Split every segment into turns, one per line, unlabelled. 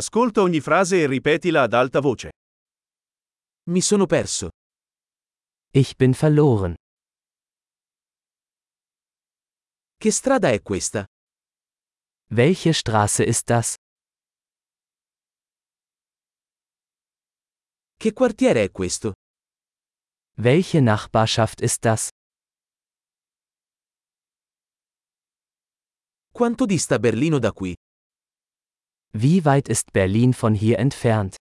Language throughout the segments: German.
Ascolta ogni frase e ripetila ad alta voce.
Mi sono perso.
Ich bin verloren.
Che strada è questa?
Welche Straße ist das?
Che quartiere è questo?
Welche Nachbarschaft ist das?
Quanto dista Berlino da qui?
Wie weit ist Berlin von hier entfernt?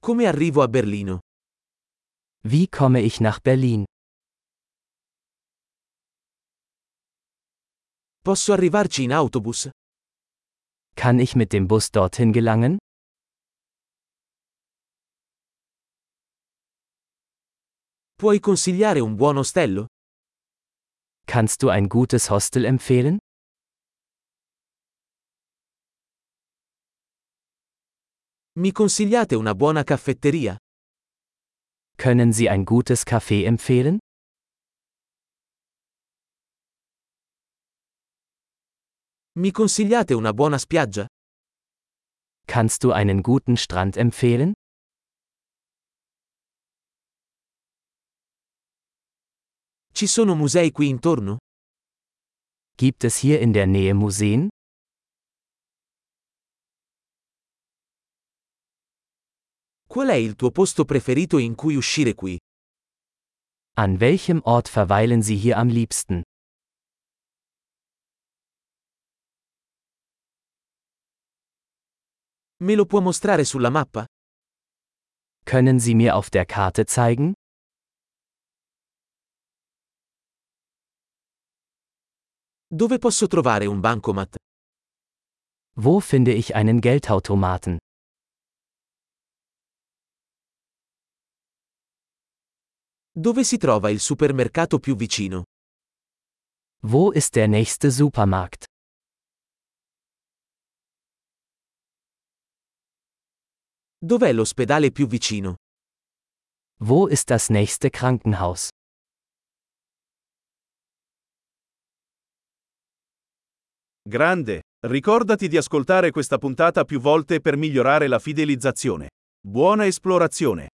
Come arrivo a Berlino?
Wie komme ich nach Berlin?
Posso arrivarci in autobus?
Kann ich mit dem Bus dorthin gelangen?
Puoi consigliare un buon ostello?
Kannst du ein gutes Hostel empfehlen?
Mi consigliate una buona caffetteria?
Können Sie ein gutes Café empfehlen?
Mi consigliate una buona spiaggia?
Kannst du einen guten Strand empfehlen?
Ci sono musei qui intorno?
Gibt es hier in der Nähe Museen?
Qual è il tuo posto preferito in cui uscire qui?
An welchem Ort verweilen Sie hier am liebsten?
Me lo può mostrare sulla mappa?
Können Sie mir auf der Karte zeigen?
Dove posso trovare un bancomat?
Wo finde ich einen Geldautomaten?
Dove si trova il supermercato più vicino?
Wo ist der nächste Supermarkt?
Dov'è l'ospedale più vicino?
Wo ist das nächste Krankenhaus?
Grande! Ricordati di ascoltare questa puntata più volte per migliorare la fidelizzazione. Buona esplorazione!